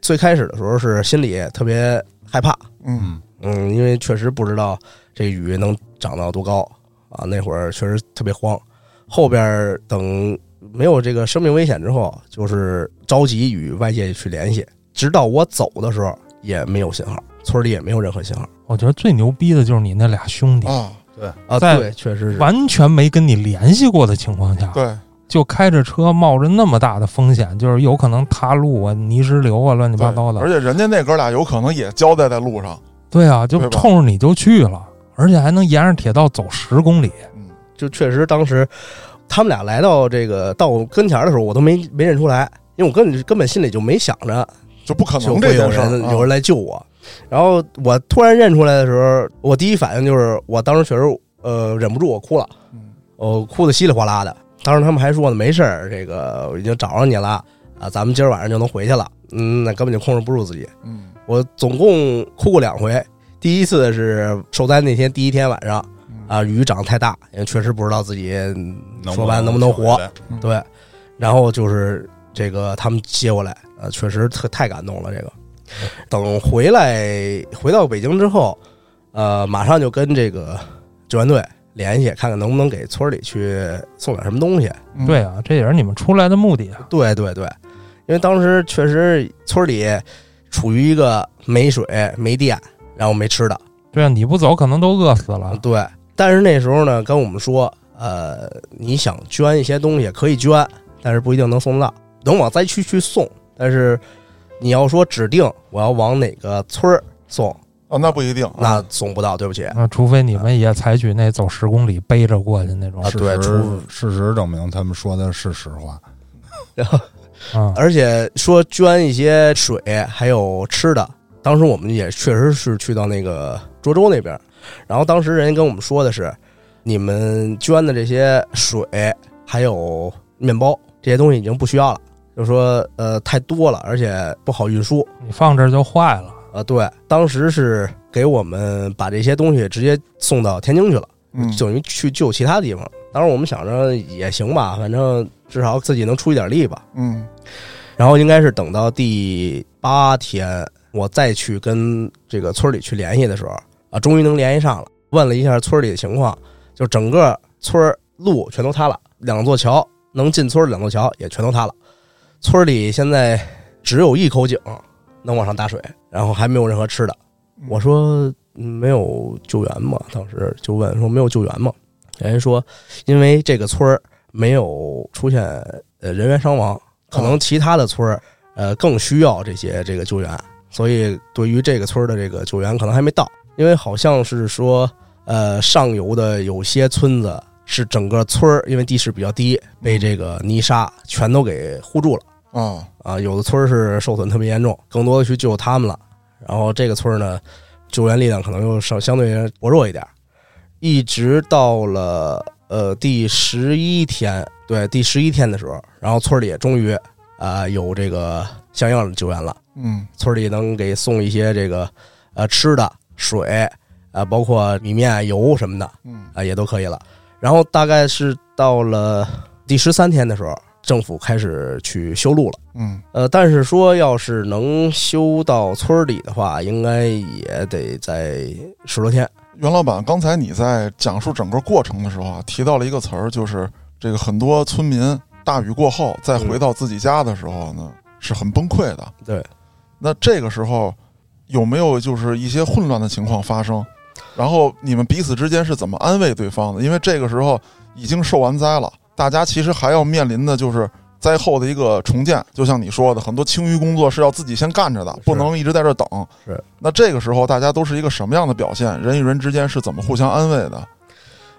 S1: 最开始的时候是心里特别害怕，
S2: 嗯
S4: 嗯，
S1: 嗯，因为确实不知道这雨能涨到多高啊，那会儿确实特别慌。后边儿等没有这个生命危险之后，就是着急与外界去联系，直到我走的时候也没有信号，村里也没有任何信号
S3: 我觉得最牛逼的就是你那俩兄弟，
S2: 啊，
S1: 啊。
S3: 在
S1: 对，确实是。
S3: 完全没跟你联系过的情况下，
S2: 对，
S3: 就开着车冒着那么大的风险，就是有可能塌路啊、泥石流啊、乱七八糟
S2: 对而
S3: 的。
S2: 且人家那哥俩有可能也交代在路上，
S3: 对啊，就
S2: 对吧
S3: 冲着你就去了，而且还能沿着铁道走十公里。
S2: 嗯
S1: 就确实当时他们俩来到这个到我跟前儿的时候，我都没没认出来，因为我根根本心里就没想着
S2: 就不可
S1: 就
S2: 能这
S1: 会有
S2: 件事儿
S1: 人
S2: 啊
S1: 有人来救我。然后我突然认出来的时候，我第一反应就是，我当时确实呃忍不住我哭了，
S2: 嗯
S1: 我哭的稀里哗啦的。当时他们还说呢，没事儿，这个我已经找着你了啊，咱们今儿晚上就能回去了。嗯，那根本就控制不住自己。
S2: 嗯
S1: 我总共哭过两回，第一次是受灾那天第一天晚上
S2: 嗯
S1: 啊，雨涨得太大，因为确实不知道自己
S4: 能
S1: 说白了能不能活
S4: 回来？
S2: 嗯
S1: 对，然后就是这个他们接过来，呃，确实特太感动了。这个等回来回到北京之后，呃，马上就跟这个救援队联系，看看能不能给村里去送点什么东西。
S2: 嗯
S3: 对啊，这也是你们出来的目的啊。
S1: 对对对，因为当时确实村里处于一个没水、没电，然后没吃的，
S3: 对啊，你不走可能都饿死了。
S1: 啊对，但是那时候呢，跟我们说，呃，你想捐一些东西可以捐，但是不一定能送得到，能往灾区去送。但是你要说指定我要往哪个村儿送，
S2: 啊，那不一定，
S1: 那送不到，对不
S2: 嗯
S1: 起。
S3: 那啊除非你们也采取那走十公里背着过去那种
S1: 啊
S4: 事
S1: 对
S4: 实
S1: 除
S4: 事实证明他们说的是实话。
S3: 啊，
S1: 而且说捐一些水还有吃的，当时我们也确实是去到那个涿州那边儿，然后当时人家跟我们说的是，你们捐的这些水还有面包这些东西已经不需要了，就说呃太多了，而且不好运输。
S3: 你放这儿就坏了。
S1: 呃，对，当时是给我们把这些东西直接送到天津去了。
S2: 嗯
S1: 等于去救其他地方，当时我们想着也行吧，反正至少自己能出一点力吧。
S2: 嗯
S1: 然后应该是等到第八天，我再去跟这个村里去联系的时候啊，终于能联系上了。问了一下村里的情况，就整个村儿路全都塌了，两座桥能进村儿的两座桥也全都塌了。村里现在只有一口井能往上打水，然后还没有任何吃的。我说嗯没有救援吗？当时就问说没有救援吗？人家说因为这个村儿没有出现呃人员伤亡，可能其他的村儿呃更需要这些这个救援，所以对于这个村儿的这个救援可能还没到，因为好像是说呃上游的有些村子是整个村儿因为地势比较低，被这个泥沙全都给护住了。
S2: 啊，
S1: 啊，有的村儿是受损特别严重，更多的去救他们了。然后这个村儿呢，救援力量可能又稍相对薄弱一点儿。一直到了呃第十一天，对第十一天的时候，然后村儿里也终于啊、有这个像样的救援了，
S2: 嗯
S1: 村儿里能给送一些这个呃吃的、水啊、包括米面、油什么的，
S2: 嗯
S1: 啊，也都可以了。然后大概是到了第十三天的时候，政府开始去修路了。
S2: 嗯
S1: 呃，但是说要是能修到村儿里的话，应该也得在十多天。
S2: 袁老板，刚才你在讲述整个过程的时候啊，提到了一个词儿，就是这个很多村民大雨过后再回到自己家的时候呢，是很崩溃的。
S1: 对，
S2: 那这个时候有没有就是一些混乱的情况发生？然后你们彼此之间是怎么安慰对方的？因为这个时候已经受完灾了，大家其实还要面临的就是灾后的一个重建。就像你说的，很多清淤工作是要自己先干着的，不能一直在这儿等。
S1: 是。
S2: 那这个时候大家都是一个什么样的表现？人与人之间是怎么互相安慰的？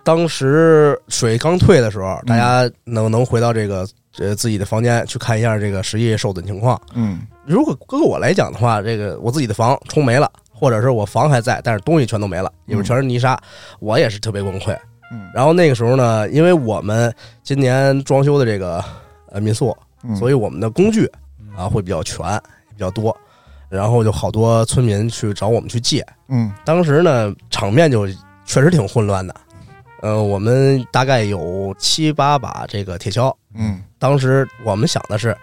S1: 当时水刚退的时候，大家能能回到这个呃自己的房间去看一下这个实际受损情况。
S2: 嗯，
S1: 如果搁我来讲的话，这个我自己的房冲没了，或者是我房还在，但是东西全都没了，里面全是泥沙，我也是特别崩溃。
S2: 嗯
S1: 然后那个时候呢，因为我们今年装修的这个呃民宿，
S2: 嗯，
S1: 所
S2: 以
S1: 以我们的工具啊会比较全，比较多，然后就好多村民去找我们去借。
S2: 嗯
S1: 当时呢，场面就确实挺混乱的。呃，我们大概有七八把这个铁锹，
S2: 嗯
S1: 当时我们想的是，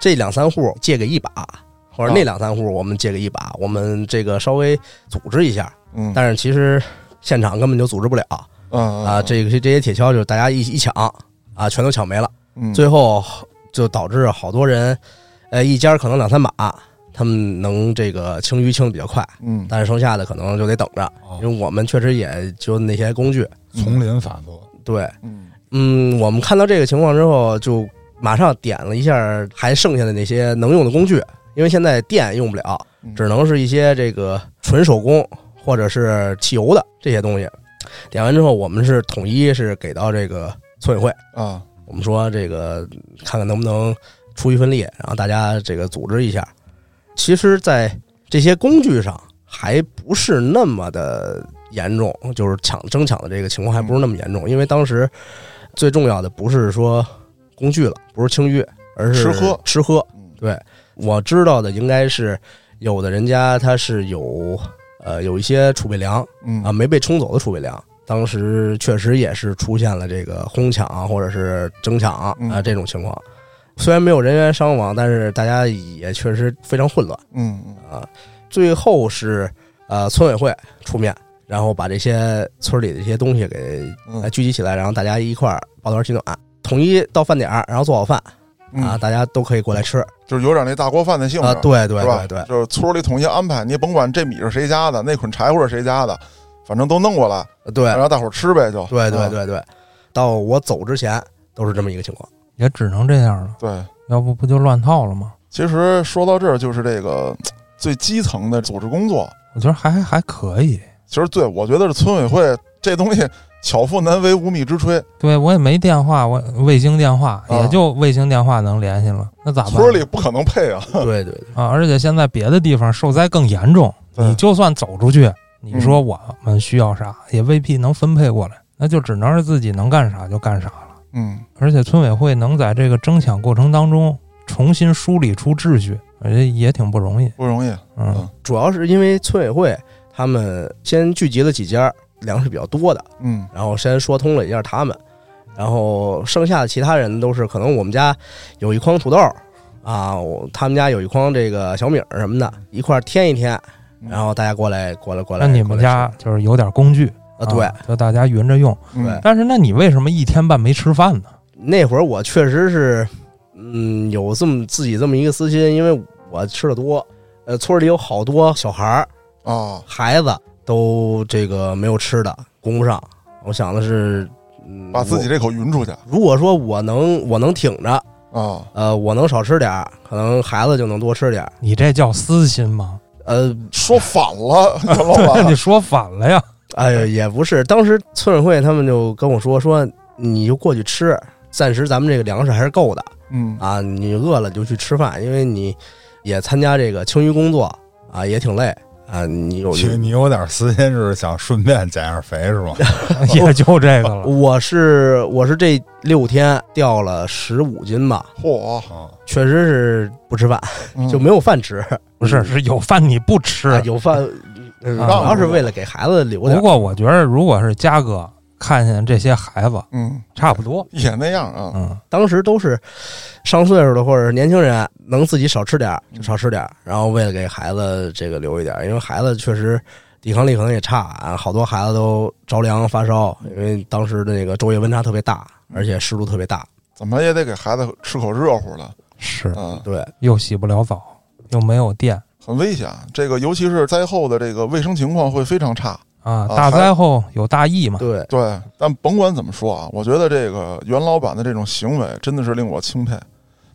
S1: 这两三户借给一把，
S2: 啊
S1: 或者那两三户我们借给一把，我们这个稍微组织一下。
S2: 嗯，
S1: 但是其实现场根本就组织不了啊，
S2: 啊
S1: 这个这些铁锹就是大家一一抢啊，全都抢没了，
S2: 嗯
S1: 最后就导致好多人，呃，一家可能两三把，他们能这个清淤清的比较快，
S2: 嗯
S1: 但是剩下的可能就得等着，
S4: 哦
S1: 因为我们确实也就那些工具，
S4: 丛林法则，
S1: 对，
S2: 嗯
S1: 嗯，我们看到这个情况之后，就马上点了一下还剩下的那些能用的工具，因为现在电用不了，
S2: 嗯
S1: 只能是一些这个纯手工或者是汽油的这些东西。点完之后，我们是统一是给到这个村委会，
S2: 啊
S1: 我们说这个看看能不能出一份力，然后大家这个组织一下。其实，在这些工具上还不是那么的严重，就是抢争抢的这个情况还不是那么严
S2: 嗯
S1: 重，因为当时最重要的不是说工具了，不是清淤，而是
S2: 吃喝
S1: 吃喝。
S2: 嗯
S1: 对我知道的应该是有的人家他是有呃有一些储备粮，
S2: 嗯
S1: 啊，没被冲走的储备粮。当时确实也是出现了这个哄抢啊或者是争抢啊、
S2: 嗯
S1: 啊这种情况，虽然没有人员伤亡，但是大家也确实非常混乱
S2: 嗯嗯
S1: 啊。最后是呃村委会出面，然后把这些村里的一些东西给
S2: 嗯
S1: 呃聚集起来，然后大家一块儿抱团取暖，统一到饭点儿，然后做好饭
S2: 嗯
S1: 啊，大家都可以过来吃啊。
S2: 就是有点那大锅饭的性质，
S1: 对对
S2: 是吧？
S1: 对对，
S2: 就是村里统一安排，你甭管这米是谁家的，那捆柴火是谁家的，反正都弄过来，
S1: 对
S2: 让大伙儿吃呗，就
S1: 对对
S2: 啊
S1: 对对，到我走之前都是这么一个情 况。
S3: 也只能这样了，
S2: 对。
S3: 要不不就乱套了吗？
S2: 其实说到这儿，就是这个最基层的组织工作，
S3: 我觉得还还可以，
S2: 其实对我觉得是村委会这东西巧妇难为无米之炊，
S3: 对我也没电话，我卫星电话
S2: 啊
S3: 也就卫星电话能联系了，那咋办？
S2: 村里不可能配啊。
S1: 对对对。
S3: 啊，而且现在别的地方受灾更严重，
S2: 对
S3: 你就算走出去，
S1: 嗯
S3: 你说我们需要啥，也未必能分配过来，那就只能是自己能干啥就干啥了。
S2: 嗯
S3: 而且村委会能在这个争抢过程当中重新梳理出秩序，而且也挺不容易。
S2: 不容易。
S3: 嗯
S2: 嗯，
S1: 主要是因为村委会他们先聚集了几家粮食比较多的，
S2: 嗯
S1: 然后先说通了一下他们，然后剩下的其他人都是可能我们家有一筐土豆啊，我他们家有一筐这个小米儿什么的，一块儿添一添，然后大家过来过来过
S3: 那
S1: 来。
S3: 你们家就是有点工具
S1: 过来吃啊？
S3: 就大家匀着用。
S2: 嗯
S3: 但是那你为什么一天半没吃饭呢？
S1: 对，那会儿我确实是，嗯，有这么自己这么一个私心，因为我吃的多，呃，村里有好多小孩儿。
S2: 啊
S1: 孩子都这个没有吃的，供不上。我想的是，嗯，
S2: 把自己
S1: 我
S2: 这口匀出去
S1: 如果说我能我能挺着，
S2: 啊。
S1: 呃，我能少吃点儿，可能孩子就能多吃点儿。
S3: 你这叫私心吗？
S1: 呃，
S2: 说反了，袁老
S3: 你
S2: 板。
S3: 说反 了呀！
S1: 哎呀，也不是，当时村委会他们就跟我说说，你就过去吃，暂时咱们这个粮食还是够的
S2: 嗯
S1: 啊，你饿了就去吃饭，因为你也参加这个清淤工作啊，也挺累啊，你有
S4: 你你有点私心，是想顺便减下肥是吗？
S3: 也就这个了。
S1: 我是我是这六天掉了十五斤吧，
S2: 嚯，
S4: 啊，
S1: 确实是不吃饭，
S2: 嗯
S1: 就没有饭吃。嗯
S3: 不是，是有饭你不吃，
S1: 啊有饭，呃主
S3: 啊
S1: 要是为了给孩子留点
S3: 不。过我觉得，如果是嘉哥看见这些孩子，
S2: 嗯
S3: 差不多，
S2: 也那样啊。
S3: 嗯，
S1: 当时都是上岁数的或者是年轻人，能自己少吃点儿就
S2: 嗯
S1: 少吃点儿，然后为了给孩子这个留一点儿，因为孩子确实抵抗力可能也差啊，好多孩子都着凉发烧，因为当时的那个昼夜温差特别大，
S3: 嗯
S1: 而且湿度特别大。
S2: 怎么也得给孩子吃口热乎的
S3: 是
S2: 啊，
S1: 对，
S3: 又洗不了澡，又没有电
S2: 很危险。这个尤其是灾后的这个卫生情况会非常差。
S3: 啊，
S2: 啊
S3: 大灾后有大疫嘛，
S1: 对，
S2: 对，但甭管怎么说啊，我觉得这个袁老板的这种行为真的是令我钦佩。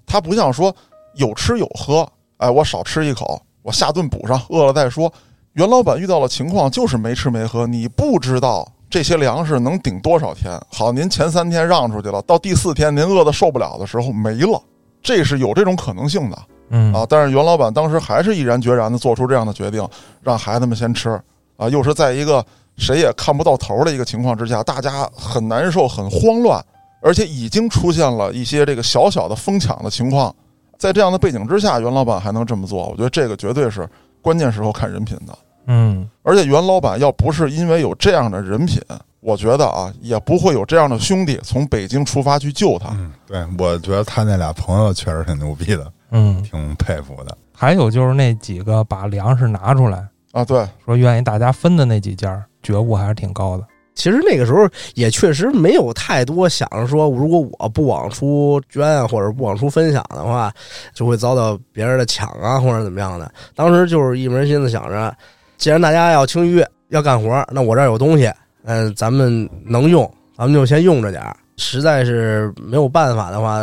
S2: 他不像说有吃有喝，哎，我少吃一口，我下顿补上，饿了再说。袁老板遇到了情况就是没吃没喝，你不知道这些粮食能顶多少天？好，您前三天让出去了，到第四天您饿得受不了的时候没了，这是有这种可能性的
S3: 嗯
S2: 啊。但是袁老板当时还是毅然决然地做出这样的决定，让孩子们先吃啊，又是在一个谁也看不到头的一个情况之下，大家很难受、很慌乱，而且已经出现了一些这个小小的疯抢的情况。在这样的背景之下，袁老板还能这么做，我觉得这个绝对是关键时候看人品的。
S3: 嗯
S2: 而且袁老板要不是因为有这样的人品，我觉得啊，也不会有这样的兄弟从北京出发去救他。
S4: 嗯，对，我觉得他那俩朋友确实挺牛逼的，
S3: 嗯，
S4: 挺佩服的。
S3: 还有就是那几个把粮食拿出来
S2: 啊，对，
S3: 说愿意大家分的那几家儿，觉悟还是挺高的。
S1: 其实那个时候也确实没有太多想着说，如果我不往出捐啊，或者不往出分享的话，就会遭到别人的抢啊，或者怎么样的。当时就是一门心思想着，既然大家要清淤要干活，那我这儿有东西，嗯、咱们能用，咱们就先用着点儿。实在是没有办法的话，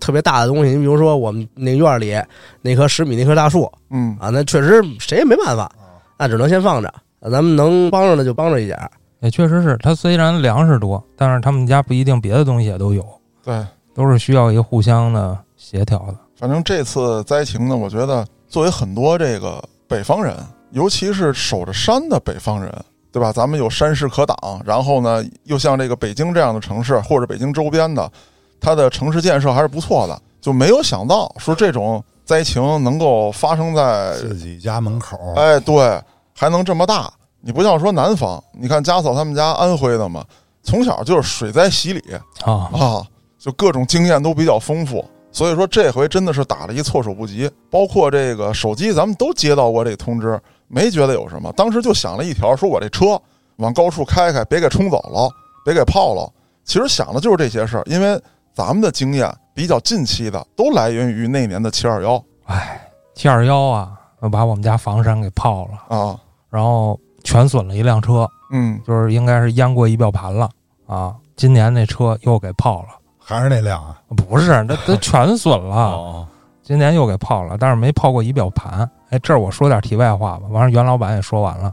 S1: 特别大的东西，你比如说我们那院里那棵十米那棵大树，
S2: 嗯，
S1: 啊，那确实谁也没办法，那只能先放着。啊咱们能帮着的就帮着一点儿。
S3: 也确实是，他虽然粮食多，但是他们家不一定别的东西也都有，
S2: 对，
S3: 都是需要一个互相的协调的。
S2: 反正这次灾情呢，我觉得作为很多这个北方人，尤其是守着山的北方人，对吧？咱们有山势可挡，然后呢，又像这个北京这样的城市或者北京周边的，它的城市建设还是不错的，就没有想到说这种灾情能够发生
S1: 呃
S2: 在
S4: 自己家门口，
S2: 哎，对，还能这么大。你不像说南方，你看家嫂他们家安徽的嘛，从小就是水灾洗礼
S3: 啊，
S2: 啊，就各种经验都比较丰富。所以说这回真的是打了一措手不及，包括这个手机，咱们都接到过这通知，没觉得有什么，当时就想了一条，说我这车往高处开开，别给冲走了，别给泡了。其实想的就是这些事儿，因为咱们的经验比较近期的都来源于那年的七二幺
S3: 哎，七二幺啊，把我们家房山给泡了，
S2: 啊，
S3: 然后全损了一辆车，
S2: 嗯，
S3: 就是应该是淹过仪表盘了啊。今年那车又给泡了，
S4: 还是那辆啊？
S3: 不是，那都全损了，
S4: 哦，
S3: 今年又给泡了，但是没泡过仪表盘。哎，这儿我说点题外话吧，完了袁老板也说完了，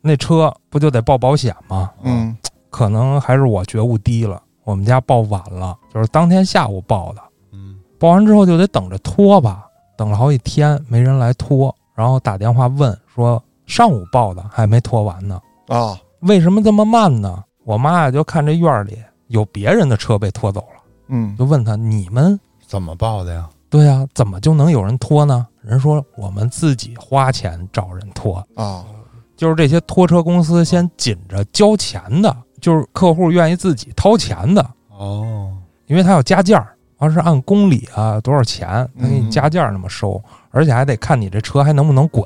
S3: 那车不就得报保险吗？
S2: 嗯
S3: 可能还是我觉悟低了，我们家报晚了，就是当天下午报的，
S4: 嗯，
S3: 报完之后就得等着拖吧，等了好几天没人来拖，然后打电话问说上午报的还没拖完呢，
S2: 啊，
S3: 为什么这么慢呢？我妈呀就看这院儿里有别人的车被拖走了，
S2: 嗯
S3: 就问他你们
S4: 怎么报的呀？
S3: 对呀、怎么就能有人拖呢？人说我们自己花钱找人拖，
S2: 啊，
S3: 就是这些拖车公司先紧着交钱的，就是客户愿意自己掏钱的，
S4: 哦，
S3: 因为它要加价儿，要是按公里啊多少钱，它给你加价儿那么收，而且还得看你这车还能不能滚，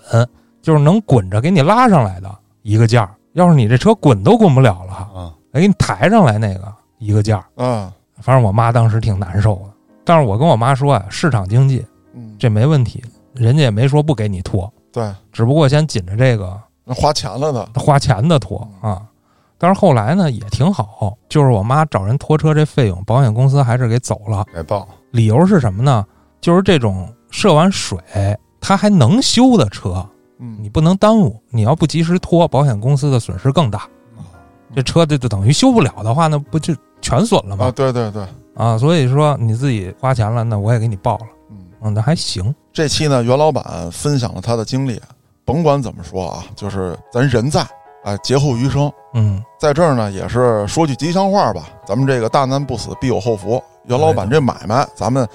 S3: 就是能滚着给你拉上来的一个价儿。要是你这车滚都滚不了了，
S4: 啊，
S3: 哎给你抬上来那个一个价儿。
S2: 嗯
S3: 反正我妈当时挺难受的，但是我跟我妈说啊，市场经济
S2: 嗯，
S3: 这没问题，人家也没说不给你拖，
S2: 对，
S3: 只不过先紧着这个
S2: 那花钱了呢，
S3: 花钱的拖啊。但是后来呢也挺好，就是我妈找人拖车这费用，保险公司还是给走了。
S4: 给报
S3: 理由是什么呢？就是这种涉完水它还能修的车，你
S2: 嗯，
S3: 不能耽误。你要不及时拖，保险公司的损失更大。这车这就等于修不了的话，那不就全损了
S2: 啊，
S3: 吗？
S2: 对对对，
S3: 啊，所以说你自己花钱了，那我也给你报了，
S2: 嗯，
S3: 嗯，那还行。
S2: 这期呢，袁老板分享了他的经历，甭管怎么说啊，就是咱人在，哎，劫后余生，
S3: 嗯，
S2: 在这儿呢，也是说句吉祥话吧，咱们这个大难不死，必有后福。袁老板这买卖，咱们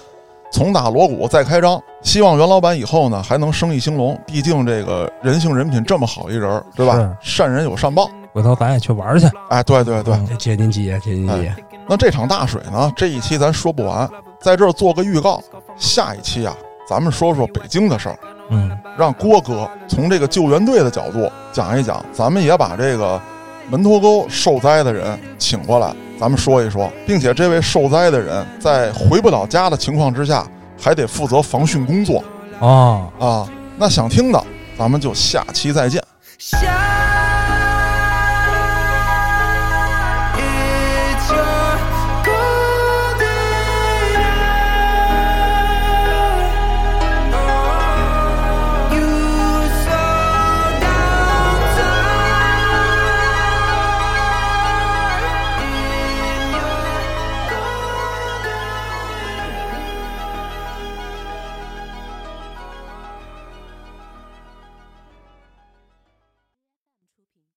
S2: 从打锣鼓再开张，希望袁老板以后呢还能生意兴隆，毕竟这个人性人品这么好一人儿，对吧？善人有善报，
S3: 回头咱也去玩去。
S2: 哎，对对对。
S3: 嗯
S1: 接您吉言，接您
S2: 吉言。那这场大水呢，这一期咱说不完，在这儿做个预告，下一期啊，咱们说说北京的事儿，
S3: 嗯，
S2: 让郭哥从这个救援队的角度讲一讲，咱们也把这个门头沟受灾的人请过来，咱们说一说，并且这位受灾的人在回不了家的情况之下，还得负责防汛工作
S3: 哦。
S2: 啊。那想听的，咱们就下期再见。
S5: 下